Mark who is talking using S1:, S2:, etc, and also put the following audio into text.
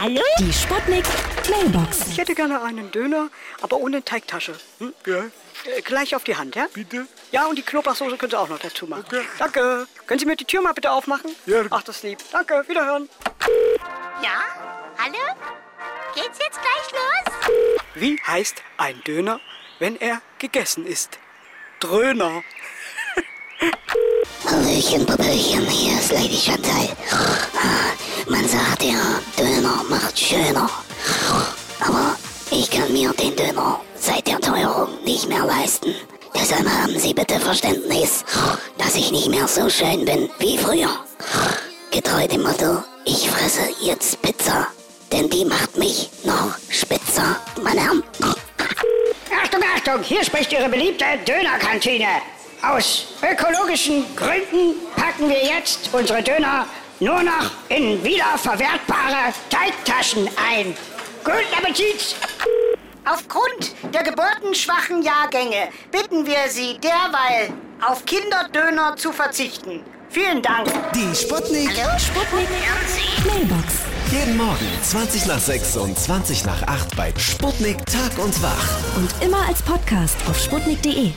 S1: Hallo?
S2: Die Sputnik Mailbox.
S3: Ich hätte gerne einen Döner, aber ohne Teigtasche. Hm?
S4: Ja,
S3: Äh, Gleich auf die Hand, ja?
S4: bitte?
S3: Ja, und die Knoblauchsoße können Sie auch noch dazu machen.
S4: Okay.
S3: Danke. Können Sie mir die Tür mal bitte aufmachen?
S4: Ja.
S3: Ach, das ist lieb. Danke, wiederhören.
S1: Ja? Hallo? Geht's jetzt gleich los?
S3: Wie heißt ein Döner, wenn er gegessen ist? Dröner.
S5: Hallöchen, Popöchen, hier ist Lady Chantal. Man sagt ja, Döner macht schöner. Aber ich kann mir den Döner seit der Teuerung nicht mehr leisten. Deshalb haben Sie bitte Verständnis, dass ich nicht mehr so schön bin wie früher. Getreu dem Motto, ich fresse jetzt Pizza, denn die macht mich noch spitzer, meine Herren.
S6: Achtung, Achtung, hier spricht Ihre beliebte Dönerkantine. Aus ökologischen Gründen packen wir jetzt unsere Döner nur noch in wiederverwertbare Teigtaschen ein. Guten Appetit!
S7: Aufgrund der geburtenschwachen Jahrgänge bitten wir Sie derweil, auf Kinderdöner zu verzichten. Vielen Dank.
S8: Die Sputnik.
S2: Mailbox.
S8: Jeden Morgen 20 nach 6 und 20 nach 8 bei Sputnik Tag und Wach.
S2: Und immer als Podcast auf E. sputnik.de.